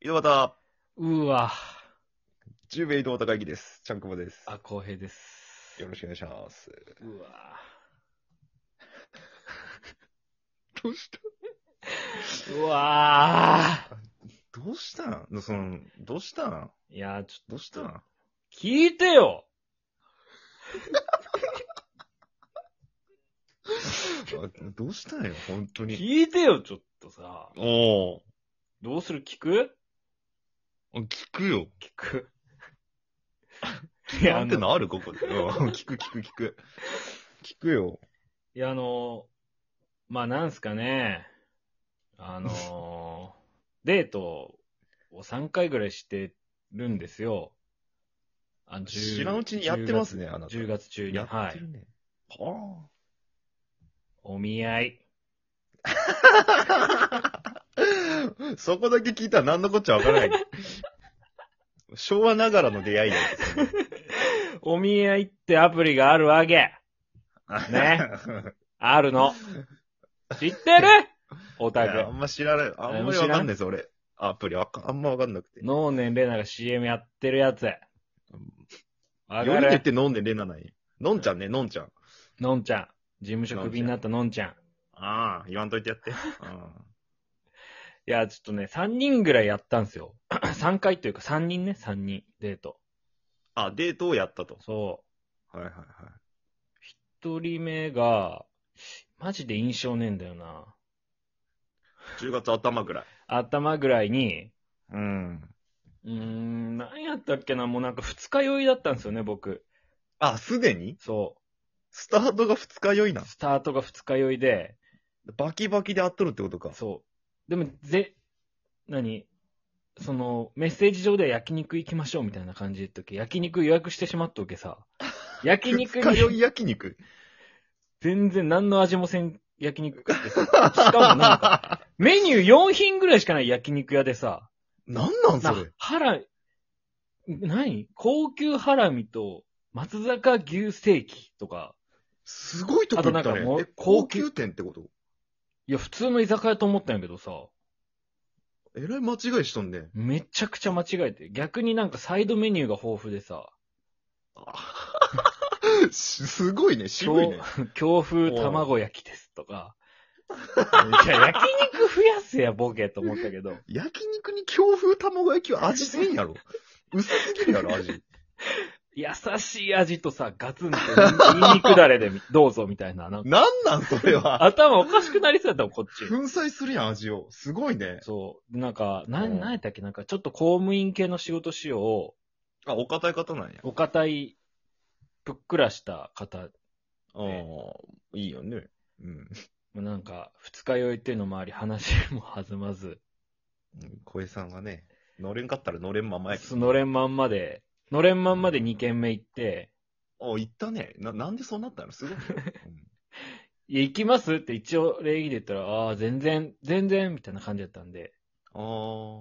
井戸端、うーわ。 10名井戸端会議です。ちゃんくぼです。あ、公平です。よろしくお願いします。うわ。どうしたうわどうしたんのその、どうしたんー。いやー、ちょっどうしたんと、聞いてよあどうしたんよ、本当に。聞いてよ、ちょっとさ。おーどうする聞くあ聞くよ。聞く。いや、なあんての、のあるここで。うん聞く聞く聞く。聞くよ。いや、あの、まあ、なんすかね。あの、デートを3回ぐらいしてるんですよ。あの10知らんうちにやってますね、あなた。 10月中に。やはってい。るね。はお見合い。あ。 そこだけ聞いたら何のこっちゃわから ない。昭和ながらの出会いだよお見合いってアプリがあるわけ。それ ね。あるの。知ってるオいタやあク。んま知らない。あんまりわかんないです、俺。アプリわか、あんまわかんなくて。ノーネンレナが CM やってるやつ。わより言かっるて飲んでレナないよ。のんちゃんね、のんちゃん。のんちゃん。事務所クビになったのんちゃん。ああ、言わんといてや って。あいや、ちょっとね、3人ぐらいやったんすよ。3回 というか3人ね、3人。デート。ああ、デートをやったと。そはいはいはい。う。1人目が、マジで印象ねえんだよな。 10月頭ぐらい。頭ぐらいに、うん。うーん、何やったっけな、もうなんか二日酔いだったんですよね、僕。あ、すでにそう。スタートが二日酔いな。スタートが二日酔いで、バキバキで会っとるってことか。そう。でも、ぜ、何その、メッセージ上では焼肉行きましょうみたいな感じで言っとけ。焼肉予約してしまっと けさ。焼肉二日酔いに、焼肉。全然何の味もせん焼肉食ってさ。しかもなんか、メニュー4品ぐらいしかない焼肉屋でさ、 なんなんそなれ。ハラ、何高級ハラミと松坂牛ステーキとか、すごいとこ行っあとたなんねかもう。え高級店ってこといや、普通の居酒屋と思ったんやけどさ、えらい間違いしと んね。めちゃくちゃ間違えて、逆になんかサイドメニューが豊富でさ、あすすごいね、渋いね。強 風卵焼きです とか。いや、焼肉増やせや、ボケと思ったけど。焼肉に強風卵焼きは味せん やろ。薄すぎるやろ、味。優しい味とさ、ガツンとニンニクだれでみ、どうぞみたいな。なんかなんなん、それは。頭おかしくなりそうやったもん、こっち。粉砕するやん、味を。すごいね。そう。なんか、うなんん、なんやったっけなんか、ちょっと公務員系の仕事しよあ、お堅い方なんやう、。お堅い、ぷっくらした方。ああ、いいよね。うん。なんか、二日酔いっていうのもあり、話も弾まず、小江さんがね、乗れんかったら乗れんままやけど。のれんまんまで、のれんまんまで二軒目行って、お、行ったね。な、なんでそうなったのすごいね。 いや、行きますって一応礼儀で言ったら、ああ、全然、全然、みたいな感じだったんで、うん、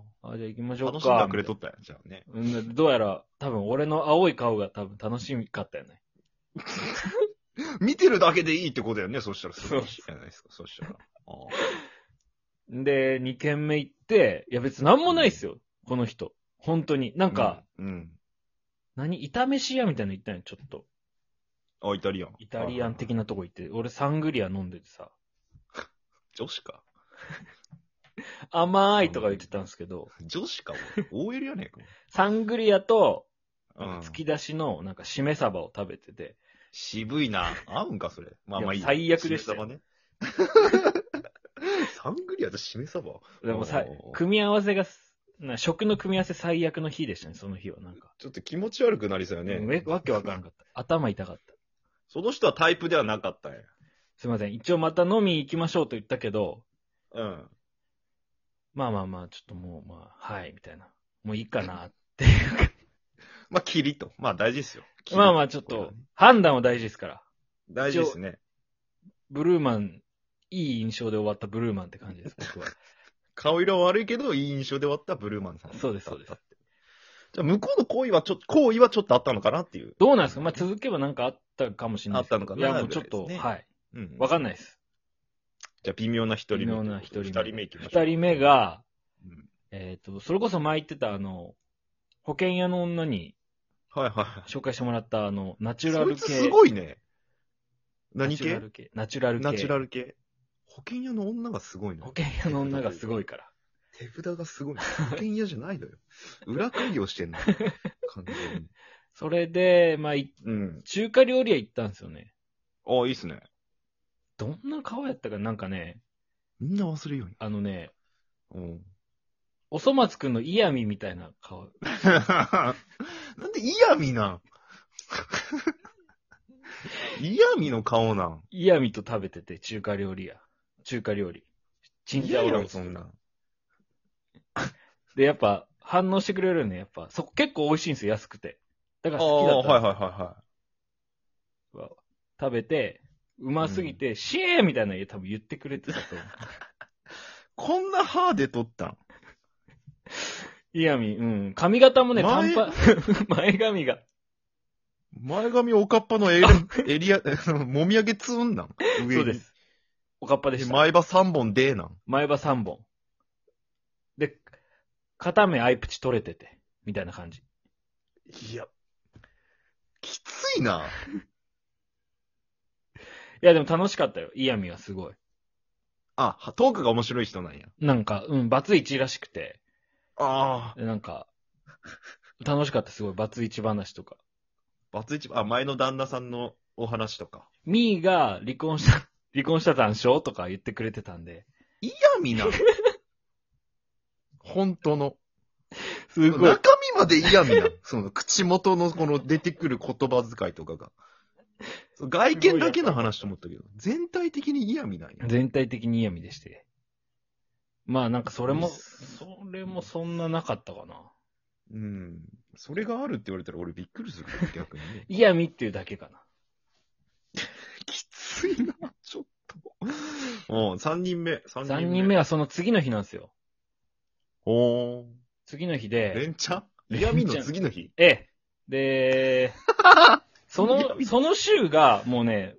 あああ、じゃあ行きましあ。ょうか。楽しんでくれとったんや、じゃあね。うんどうやら、多分俺の青い顔が多分楽しかったよね。見てるだけでいいってことやね、そしたら。そうすごいじゃないですか、そしたら。ああ。で、2軒目行って、いや別になんもないっすよ、この人。本当に。なんか、うん、うん。何炒めし屋みたいなの行ったんよ、ちょっと。あ、イタリアン。イタリアン的なとこ行って、俺サングリア飲んでてさ、女子か。甘いとか言ってたんですけど、女子か、俺 OL やねえか。サングリアと、うん突き出しの、なんか、しめ鯖を食べてて、渋いな。合うんか、それ。まあまあいい。いや最悪でしたしめよ鯖ね。 サングリアとしめ鯖でもさおー、組み合わせがす、な食の組み合わせ最悪の日でしたね、その日は。なんか。ちょっと気持ち悪くなりそうよねね。わけわからんかった。頭痛かった。その人はタイプではなかったんや。すいません。一応また飲み行きましょうと言ったけど、うん。まあまあまあ、ちょっともう、まあ、はい、みたいな。もういいかな、っていうか。まあ、キリと。まあ、大事ですよ。まあまあ、ちょっこれはとね、判断は大事ですから。大事ですね。ブルーマン、いい印象で終わったブルーマンって感じです、僕 は。顔色は悪いけど、いい印象で終わったブルーマンさん。そうですそうですだって。じゃあ、向こうの行為はちょっと、行為はちょっとあったのかなっていう。どうなんですかまあ、続けばなんかあったかもしれないですけどあったのかないや、もうちょっと、ぐらいですねはい。うんわかんないです。じゃあ、微妙な一人目。微妙な一人目二人目行きましょう。二人目が、うん、ええっ、と、それこそ前言ってた、あの、保険屋の女にはいはい。紹介してもらった、あの、ナチュラそルい系。つすごいね。何ナチュラ系ル系ナチュラル系。ナチュラル系。保険屋の女がすごい保の。険屋の女がすごいから。手札がすごいの。保険屋じゃない のよ。裏稼業してんの。完全に。それで、まあ、いうん。中華料理屋行ったんですよね。あ、いいっすね。どんな顔やったか、なんかね、みんな忘れように。あのね、うん。おそ松くんの嫌味みたいな顔。 なんで嫌味 なん嫌味の顔なん。嫌味と食べてて、中華料理屋。中華料理。チンジャオロースそんなん。で、やっぱ、反応してくれるよね、やっぱ。そこ結構美味しいんですよ、安くて。だかあらあ、好きだったんですよはいはいはいはい。食べて、うますぎて、シェーみたいな家多分言ってくれてたと思う。こんな歯で撮ったん嫌味、うん。髪型もね、前短パン、 前髪が。前髪おかっぱの エリエリア、もみあげつんなん上にそうで。す。おかっぱででした。前歯3本でーなん。前歯3本。で、片目アイプチ取れてて、みたいな感じ。いや、きついな。いや、でも楽しかったよ。嫌味はすごい。あ、はトークが面白い人なんや。なんか、うん、バツイチらしくて、ああ。でなんか、楽しかった、すごい。バツイチ話とか。バツイチ、あ、前の旦那さんのお話とか。ミーが離婚した、 離婚したたんしょとか言ってくれてたんで、嫌味なん。 本当の。すごい中。身まで嫌味な。その、口元のこの出てくる言葉遣いとかが。そう外見だけの話と思ったけど、全体的に嫌味なんや。全体的に嫌味でして。まあなんかそれも、うんそれもそんななかったかな。。うん。それがあるって言われたら俺びっくりするけど、逆にね嫌味っていうだけかな。きついな、ちょっと。うん、三人目、三人目。 3人目はその次の日なんですよ。おー。次の日レで、ンチャン嫌味の次の日。ええ。 で、そ嫌の、味その週がもうね、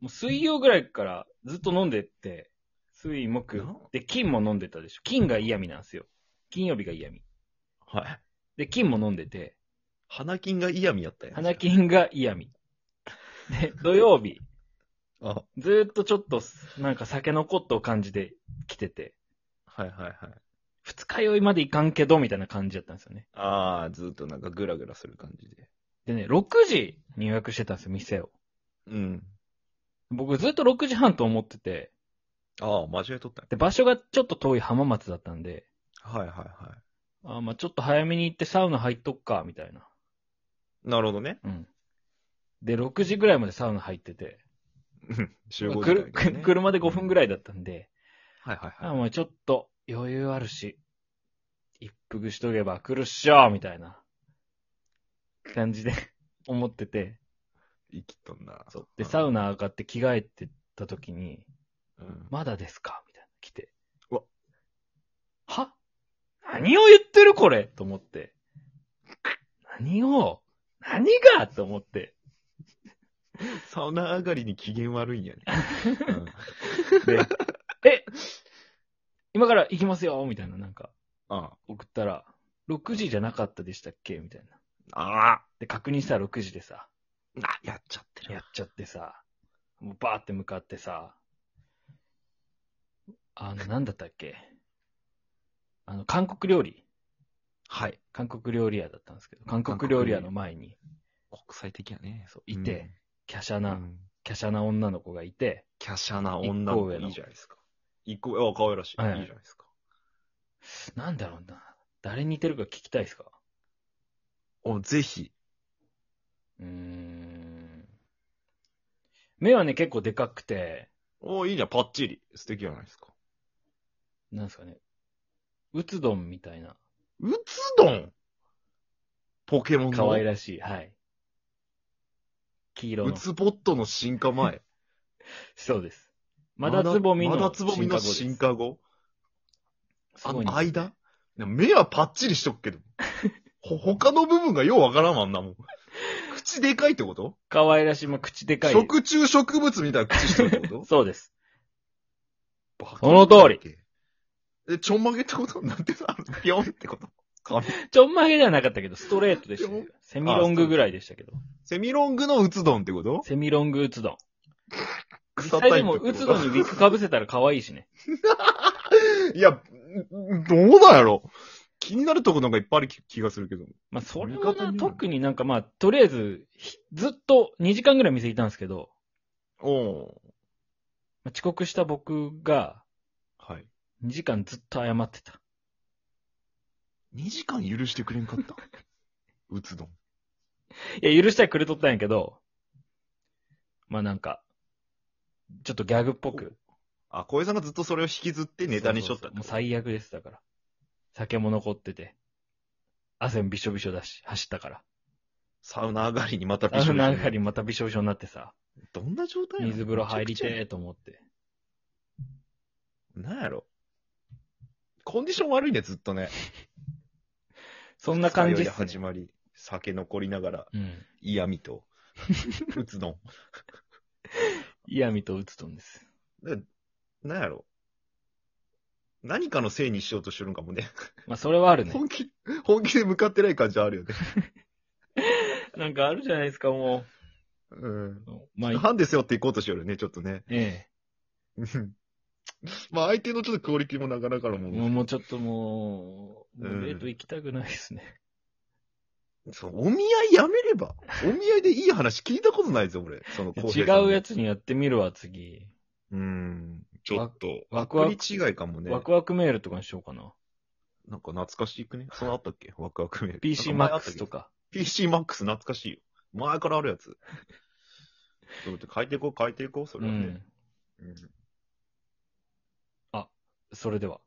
もう水曜ぐらいからずっと飲んでって、水、木な、で、金も飲んでたでしょ。金が嫌味なんですよ。金曜日が嫌味。はい。で、金も飲んでて、花金が嫌味やったやん。花。金が嫌味。で、土曜日。あ、ずーっとちょっと、なんか酒のことを感じで来てて、はいはいはい。二日酔いまでいかんけど、みたいな感じだったんですよね。あー、ずっとなんかグラグラする感じで。でね、6時に予約してたんですよ、店を。うん。僕ずっと6時半と思ってて、あー、間違えとったんで、場所がちょっと遠い浜松だったんで、やはいはいはあーまあちょっと早めに行ってサウナ入っとくか、みたいな。い。なるほどね。うん。で、6時ぐらいまでサウナ入ってて、うん集合ま時間あくるがね車で5分ぐらいだったんで、はいはいあーはい。まあちょっと余裕あるし、一服しとけば来るっしょみたいな感じで思ってて、生きとんな。そう。で、サウナ。ナ上がって着替えてた時に、うんまだですかみたいな。来て。うわ。は何を言ってるこれと思って。何を何がと思って。サウナ上がりに機嫌悪いんや ね。うんで、え今から行きますよみたいな、なんか、あ送ったら、6時じゃなかったでしたっけみたいな。あ。ああ。で、確認したら6時でさ、な、やっちゃってる。やっちゃってさ、もうバーって向かってさ、あの、なんだったっけあの、韓国料理はい。韓国料理屋だったんですけど、韓国料理屋の前に、国際的やね。そう、いて、華奢うん。な、うん華奢な女の子がいて、華奢な女の一個子上のいいじゃないですか。一個上、あ、可愛らしい。はいいはいじゃないですか。なんだろうな、誰に似てるか聞きたいですかお、ぜひ。うーん。目はね、結構でかくて、お、いいじゃん、パッチリ。素敵じゃないですか。なんですかね、うつどんみたいな、うつどんポケモンの。可愛らしい、はい。黄色うの。つボットの進化前。そうです。 まだつぼみのまだつぼみの進進化化後。ですあすごいんでのすよ間目はパッチリしと くけど。ほ、他の部分がようわからんわ、あんなもん。口でかいってこと可愛らしい、まあ、口でかい。食虫植物みたいな口してるってこと そうです。バカその通だりっけえ、ちょんまげってことなんてさ、ぴょんってこと 髪ちょんまげではなかったけど、ストレートでしたね。セミロングぐらいでしたけど。セミロングのうつどんってことセミロングうつどん。草実タイ際プっでてことも、うつどんにウィッグかぶせたら可愛いしね。いや、どうだろう。気になるとこなんかいっぱいある気がするけど。まあ、それ味方はによなる特になんかまあ、とりあえず、ひずっと2時間ぐらい店いたんですけど、おうまあ遅刻した僕がはい。 2時間ずっと謝ってた。 2時間許してくれんか った。うつどん。いや、許したらくれとったんやけど、まあなんか、ちょっとギャグっぽく。あ、小江さんがずっとそれを引きずってネタにしとったそうそうそうもう最悪です、だから。酒も残ってて。汗もびしょびしょだし、走ったから。サウナ上がりにまたびしあょびしのょ中にまたびしょびしょになってさ、どんな状態なの水風呂入り。めちゃてーと思って。くちゃなんやろ。コンディション悪いね、ずっとね。そんな感じでっすね、始まり、酒残りながらうん。嫌味 と、うつどん。嫌味と打つとんです。なんやろ。何かのせいにしようとしてるんかもね。まあ、それはあるね。本気、本気で向かってない感じあるよね。なんかあるじゃないですか、もうん。う。まあ、なんですよっていこうとしよるよね、ちょっとね。えうんまあ相手のちょっとクオリティもなかなかのもえ。んもうもうちょっともう、うんもうデート行きたくないですね。そう、お見合いやめれば。お見合いでいい話聞いたことないぞ、俺。その違うや。つにやってみるわ、次。うん。ちょっと。ワワククワワクク。違いかもね。ワクワクメールとかにしようかな。なんか懐かしくね。そのあったっけワクワクメール。 PC なんか前あった Max けとど。か。 PC Max 懐かしいよ。前からあるやつ。ちょっと変えていこう、変えていこう、そうれはね。ん。うんそれでは。